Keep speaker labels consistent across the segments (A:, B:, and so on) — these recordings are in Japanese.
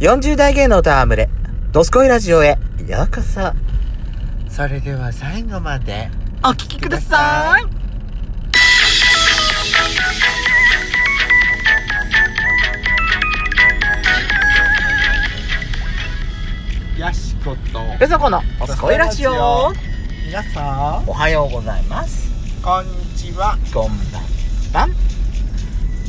A: 40代芸能タームレ、ドスコイラジオへようこそ。それでは最後まで。
B: お聞きください。
C: やしこと
A: ペソコのドスコイラジオ。
C: 皆さん
A: おはようございます。
C: こんにちは
A: こんばんばん。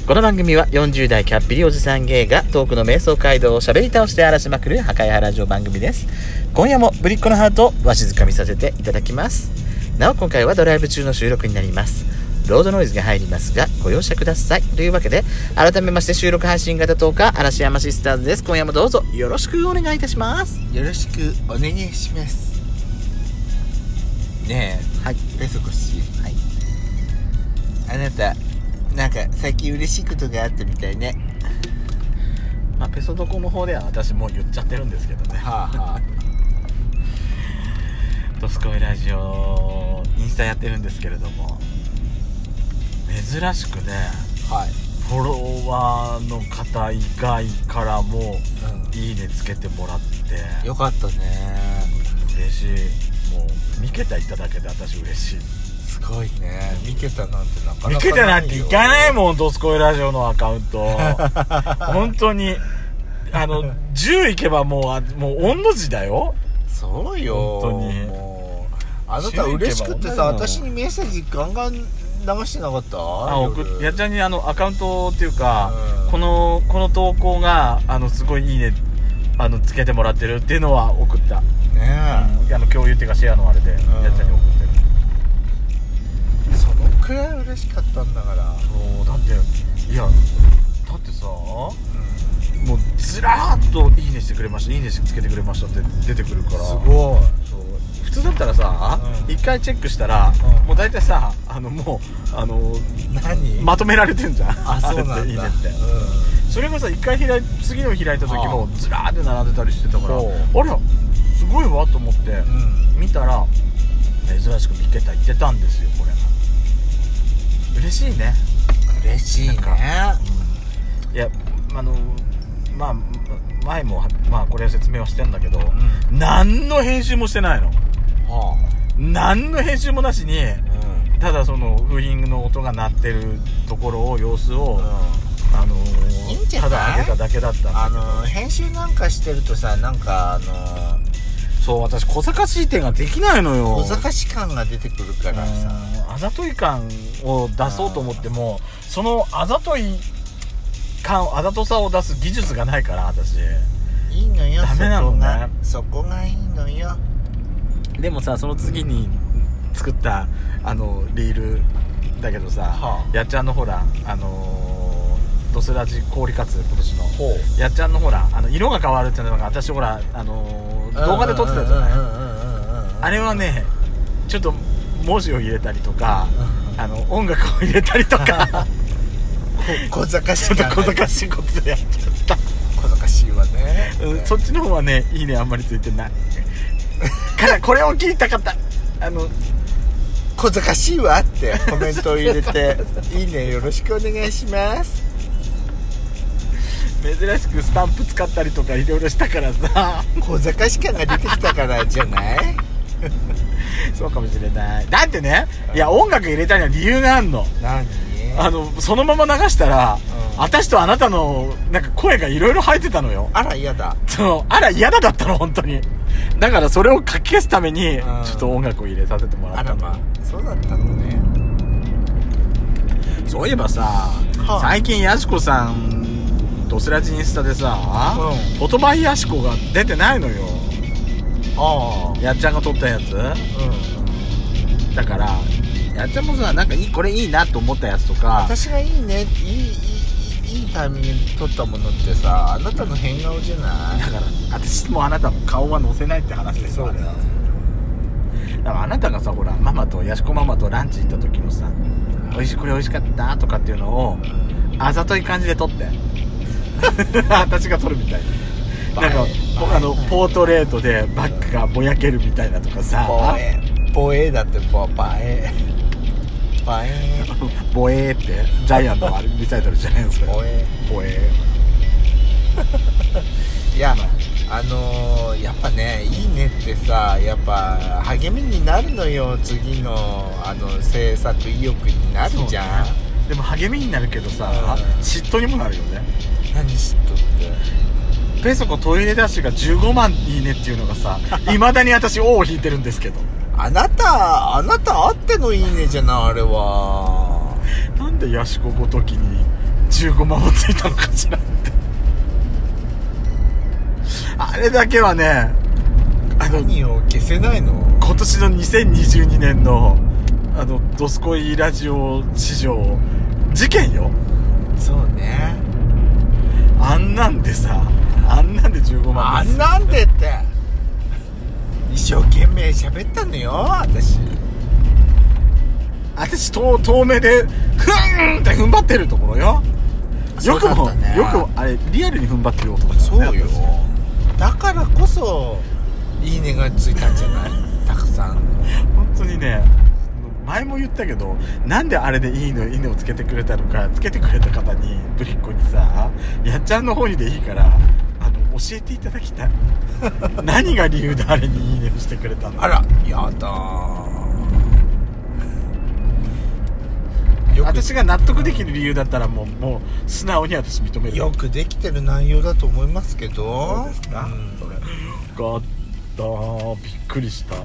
A: この番組は40代キャッピリおじさん芸がトークの瞑想街道を喋り倒して荒らしまくる破壊派ラジオ番組です。今夜もぶりっ子のハートをわしづかみさせていただきます。なお今回はドライブ中の収録になります。ロードノイズが入りますがご容赦ください。というわけで改めまして収録配信型10日嵐山シスターズです。今夜もどうぞよろしくお願いいたします。
C: よろしくお願いしますね
A: はい。
C: えペソコ氏
A: はい。
C: あなたなんか最近嬉しいことがあったみたいね
A: まあペソドコの方では私もう言っちゃってるんですけどね。
C: はあは
A: ドスコイラジオインスタやってるんですけれども珍しくね
C: あはい、
A: フォロワーの方以外からも「いいね」つけてもらっ
C: うん、
A: て
C: よかったね
A: 嬉しいもう見けたいただけで私嬉しい
C: すごいね見けたなんてなかなか
A: 見けたなんていかない
C: ん
A: もん「ドスコイラジオ」のアカウン ト本当にあの10いけばもうあもう御の字だよ
C: そうよ
A: 本当に
C: もうあなた嬉しくって
A: 周囲行
C: さ
A: けば女の子
C: 私にメッセージガンガン流してなかった
A: あ送っやっちゃんにあのアカウントっていうか、
C: うん
A: このこの投稿があのすごいいいねあのつけてもらってるっていうのは送った、
C: ね
A: あの共有っていうかシェアのあれで、
C: ん
A: やっちゃんに送ってる
C: えそのくらい嬉しかったんだから
A: そうだっていやだってさもうずらーっと「いいね」してくれました「いいね」してつけてくれましたって出てくるから
C: すごい
A: そう普通だったらさ
C: うん
A: 一、回チェックしたら、
C: うん
A: もう大体さあのもうあの
C: 何
A: まとめられてんじゃん
C: あそうな
A: れ
C: ん
A: って
C: だ
A: いいねってそれがさ一回開い次の日開いた時もずらーって並んでたりしてたから
C: そう
A: あれすごいわと思って
C: うん、うん、
A: 見たら珍しく見てた言ってたんですよこれが嬉しいね
C: 嬉しいね
A: いやあのまあ前もまあこれは説明はしてんだけど、
C: ん
A: 何の編集もしてないの
C: は
A: 何の編集もなしに
C: あうん
A: ただそのブーイングの音が鳴ってるところを様子を、あの
C: いいんじゃな
A: た
C: い
A: だ上げただけだったんだけど
C: あの編集なんかしてるとさなんかあの
A: そう私小賢しい点ができないのよ
C: 小賢し感が出てくるからさ
A: うんあざとい感を出そうと思ってもそのあざとい感あざとさを出す技術がないから私
C: いいのよ
A: ダメなのね
C: そこがそこがいいのよ
A: でもさその次に作ったあのリールだけどさ、
C: はあ
A: やっちゃんのほらあのードスラジ氷カツ今年の
C: ほう
A: やっちゃんのほらあの色が変わるっていうのが私ほらあのー動画で撮ってたじゃない
C: ない
A: あれはねちょっと文字を入れたりとかあの音楽を入れたりとか
C: 小賢し
A: ちょ
C: い
A: っと小賢
C: し
A: しいことでやっちゃっ
C: 小賢しいわね
A: た、うんそっちの方はねいいねあんまりついてないからこれを聞いた方あの
C: 小賢しいわってコメントを入れて「いいねよろしくお願いします
A: 珍しくスタンプ使ったりとかいろいろしたからさ」
C: 小賢し感が出てきたからじゃない
A: そうかもしれないだってねいや音楽入れたには理由があんの
C: 何
A: あのそのまま流したら、
C: うん
A: 私とあなたのなんか声がいろいろ入ってたのよ
C: あら嫌だ
A: そのあら嫌だだったの本当にだからそれをかき消すためにち
C: うん
A: ょっと音楽を入れさせてもら
C: あ
A: った
C: ら
A: の
C: まあそうだったのね
A: そういえばさ、
C: あ
A: 最近やしこさんドスラジインスタでさ、
C: う
A: フォトバイやしこが出てないのよ
C: あ
A: やっちゃんが撮ったやつ
C: あうん
A: だからやっちゃんもさなんかいいこれいいなと思ったやつとか
C: 私がいいねいいいいいいいいタイミングで撮ったものってさあなたの変顔じゃない
A: だから私もあなたも顔は載せないって話です
C: そうだよ
A: だからあなたがさほらママとやしこママとランチ行った時のさ「おいしいこれ美味しかった」とかっていうのをあざとい感じで撮って 私が撮るみたいななんか
C: 映え映
A: ぽ
C: え
A: あのポートレートでバッグがぼやけるみたいなとかさ
C: ボエボエだってボバエバエ
A: ボエーってジャイアンのあれリサイタルじゃないんです
C: ボエ
A: ボエー
C: いやぱねいいねってさやっぱ励みになるのよ次のあの制作意欲になるじゃん、
A: そうねでも励みになるけど
C: う
A: さ、
C: ん
A: 嫉妬にもなるよね
C: 何しとって
A: ペソコトイレダッシュが15万いいねっていうの がさいまだに私王を引いてるんですけど
C: あなたあなたあってのいいねじゃないあれは
A: なんでヤシコごときに15万もついたのかしらってあれだけはねあの
C: 何を消せないの
A: 今年の2022年のあの「ドスコイラジオ」史上事件よ
C: そうね
A: あんなんでさあんなんで15
C: あん
A: 万です
C: なんでって一生懸命喋ったのよ私
A: 私遠遠目でふーんって踏ん張ってるところよよく
C: そう
A: も、
C: だったね
A: よくもあれリアルに踏ん張ってる男だから
C: そ
A: ね
C: うよだからこそいいねがついたんじゃないたくさん
A: 本当にね前も言ったけどなんであれでいいのいいねをつけてくれたのかつけてくれた方にぶりっ子にさやっちゃんの方にでいいからあの教えていただ きたい何が理由であれにいいねをしてくれたの
C: あらやだよく
A: 私が納得できる理由だったらもうもう素直に私認める
C: よくできてる内容だと思いますけど
A: そうですか
C: ん
A: それかったびっくりした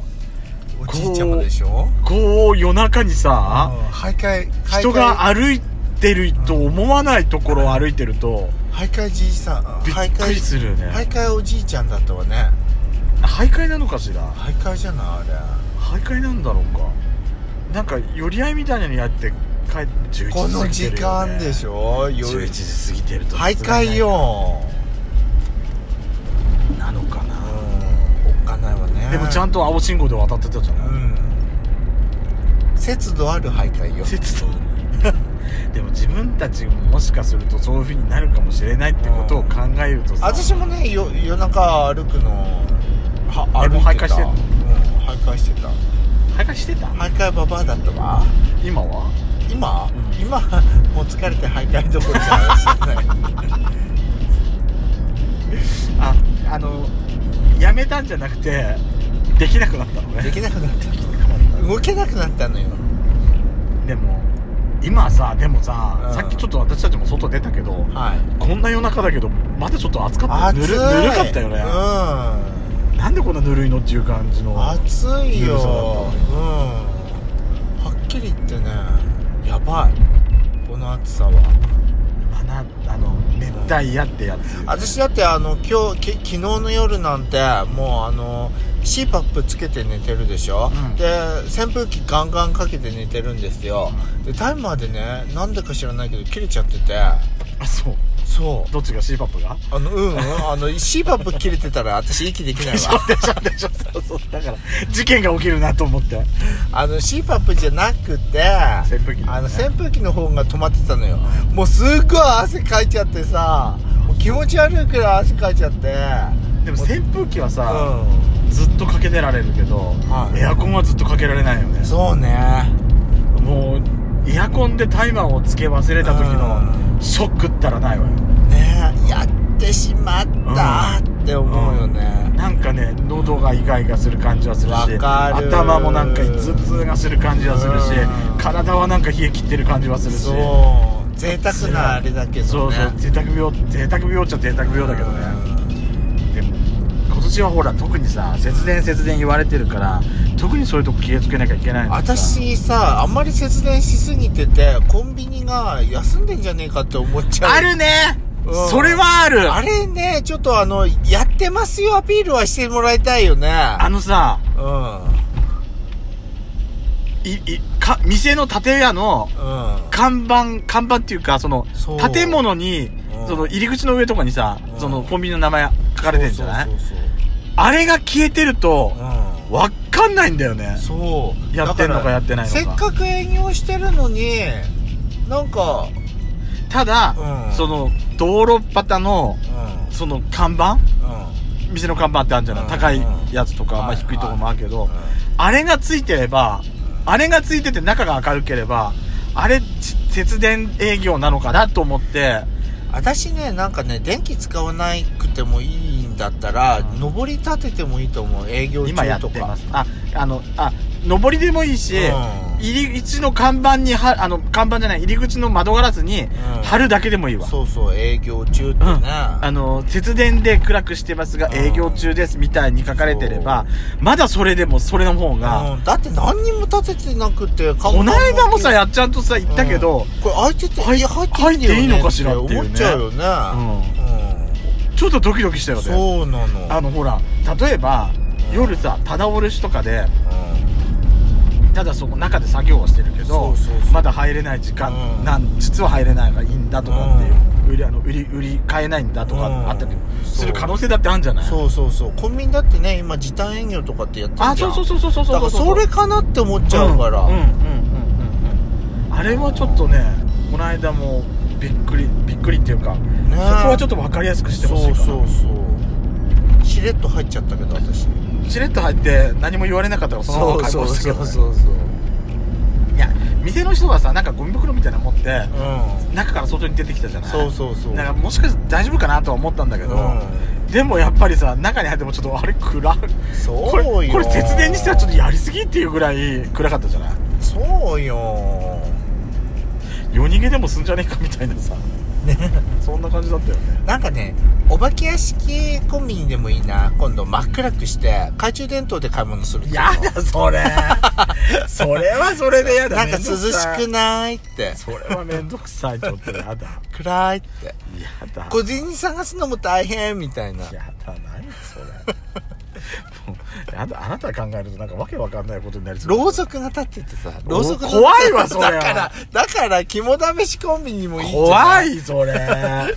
C: おじいちゃまでしょ
A: こう夜中にさ、
C: うん徘徊徘徊
A: 人が歩いてると思わないところを歩いてると、
C: 徘徊じいさん
A: びっくりするよね
C: 徘徊徘徊おじいちゃんだったわね
A: 徘徊なのかしら
C: 徘徊じゃないあ
A: 徘徊なんだろうかなんか寄り合いみたいなのやって帰って11時
C: れこの
A: 過ぎて
C: 時
A: るよ、ね、
C: 間でしょ
A: 11
C: 夜
A: 時過ぎてると
C: 徘徊よ
A: なのか
C: う
A: な
C: んおっかないわね
A: でもちゃんと青信号で渡ってたじゃ
C: う
A: ない、
C: ん節度ある徘徊よ
A: 節度 でも自分たちももしかするとそういうふうになるかもしれないってことを考えるとさ
C: 私もねよ夜中歩くのは
A: えもう
C: 歩いてた
A: 徘徊してんの
C: うん徘徊してた
A: 徘徊してた
C: 徘徊ババアだったわ
A: 今は
C: 今、
A: うん
C: 今もう疲れて徘徊どころじゃない
A: ああのやめたんじゃなくてできなくなったのね
C: できなくなった
A: うん
C: 動けなくなったのよ
A: でも今さでもさ、
C: うん
A: さっきちょっと私たちも外出たけど、
C: はい
A: こんな夜中だけどまだちょっと暑かった
C: 暑い
A: ぬるぬるかったよね、なんでこんなぬるいのっていう感じ
C: う
A: の
C: ん暑いよ
A: 夜
C: うん
A: 空だった
C: はっきり言ってねやばいこの暑さは
A: まあなあの熱帯夜ってやつ、
C: 私だってあの今日き昨日の夜なんてもうあの CPAP つけて寝てるでしょ、
A: うん
C: で扇風機ガンガンかけて寝てるんですよ、でタイマーでねなんでか知らないけど切れちゃってて
A: あそう
C: そう
A: どっちが c パップが
C: あのうんうんあの CPAP 切れてたら私息できないわ
A: でしょでしょそうそうだから事件が起きるなと思って
C: あの CPAP じゃなくて
A: 扇風機のね
C: あの扇風機の方が止まってたのよもうすっごい汗かいちゃってさもう気持ち悪いくらい汗かいちゃって
A: でも扇風機はさ、
C: う
A: ずっとかけてられるけど、
C: はい
A: エアコンはずっとかけられないよね
C: んそうね
A: もうエアコンでタイマーをつけ忘れた時
C: う
A: のショックったらないわよ
C: ねやってしまったって思うよね、
A: なんかね喉がイガイガする感じはするし
C: わかる
A: 頭もなんか頭痛がする感じはするし
C: うん
A: 体はなんか冷え切ってる感じはするし
C: そう贅沢なあれだけどね
A: そうそう贅沢病贅沢病っちゃ贅沢病だけどねでも今年はほら特にさ節電節電言われてるから特にそういうとこ気をつけなきゃいけないのにさ
C: 私さあんまり節電しすぎててコンビニが休んでんじゃねえかって思っちゃう
A: あるね
C: うん
A: それはある
C: あれねちょっとあのやってますよアピールはしてもらいたいよね
A: あのさ
C: うん
A: いいか店の建屋の
C: うん
A: 看板、看板っていうか、その
C: そう、
A: 建物に
C: う、ん
A: その入り口の上とかにさ
C: う、ん
A: そのコンビニの名前書かれてるんじゃない
C: そうそうそう
A: あれが消えてると、
C: そう
A: わっかんないんだよね。
C: うんそう
A: やってんのかやってないのか
C: せっかく営業してるのになんか
A: ただ
C: う、ん
A: その、道路端の、
C: う
A: その看板
C: んうん
A: 店の看板ってあるんじゃない
C: うん
A: 高いやつとか、
C: うん
A: まあ
C: はい
A: 低いところもあるけど
C: うん、
A: あれがついてれば、あれがついてて中が明るければ、あれ、ち節電営業なのかなと思って、
C: 私ねなんかね電気使わなくてもいいんだったら、
A: うん
C: 上り立ててもいいと思う営業
A: 今や
C: 中と
A: って
C: か
A: ますああのあ上りでもいいし、
C: うん
A: 入り口の看板にはあの看板じゃない入り口の窓ガラスに貼るだけでもいいわ、
C: そうそう営業中ってね、
A: うんあの節電で暗くしてますが
C: うん
A: 営業中ですみたいに書かれてればまだそれでもそれの方が、
C: うんだって何にも立ててなくて
A: こ
C: こ
A: の間もさやっちゃんとさ言ったけど、
C: これ開いてて
A: 入っ
C: いや入っていいんだよね
A: 入っていいのかしらっていうね
C: 思っちゃうよね
A: ちょっとドキドキし
C: う
A: た
C: ん、
A: よね
C: そうなの
A: あのほら例えば
C: うん
A: 夜さただおるしとかで
C: う
A: ただそこ中で作業はしてるけど
C: そうそうそう
A: まだ入れない時間、
C: うん
A: なん実は入れないがいいんだとかっていう、
C: う
A: 売りあの売り売り買えないんだとか
C: うん
A: あったり
C: そう
A: する可能性だってあるんじゃない
C: んそうそうそうコンビニだってね今時短営業とかってやってるじゃん
A: あそうそうそうそうそう
C: だからそれかなって思っちゃうから、
A: うんうんうんうんうんあれはちょっとねこの間もびっくりびっくりっていうか、そこはちょっと分かりやすくしてほしいかな
C: そうそうそうしれっと入っちゃったけど私
A: しれっと入って何も言われなかったからそのまま解放したけど、ね、
C: うそう
A: いや店の人がさなんかゴミ袋みたいなの持って
C: うん
A: 中から外に出てきたじゃない
C: そうそうそう
A: だからもしかして大丈夫かなとは思ったんだけど、
C: う
A: でもやっぱりさ中に入ってもちょっとあれ暗い
C: んそうよ
A: これこれ節電にしてはちょっとやりすぎっていうぐらい暗かったじゃない
C: そうよ
A: 夜逃げでもすんじゃねえかみたいなさそんな感じだったよね
C: なんかねお化け屋敷コンビニでもいいな今度真っ暗くして懐中電灯で買い物する
A: やだそ れそれはそれでやだ
C: なんか涼しく
A: く
C: ないって
A: それはめんどくさいちょっとやだ
C: 暗いって
A: やだ
C: 小銭探すのも大変みたいな
A: やだ何それもう やだあなたが考えるとなんかわけわかんないことになりそう
C: ろうそくが立っててさ
A: お
C: ろうそくが
A: 怖いわそれ
C: だからだから肝試しコンビニもいいんじゃない
A: 怖いそれ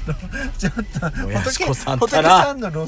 C: ちょっと
A: もやしこさん
C: 仏
A: た
C: さ
A: ら
C: んのろう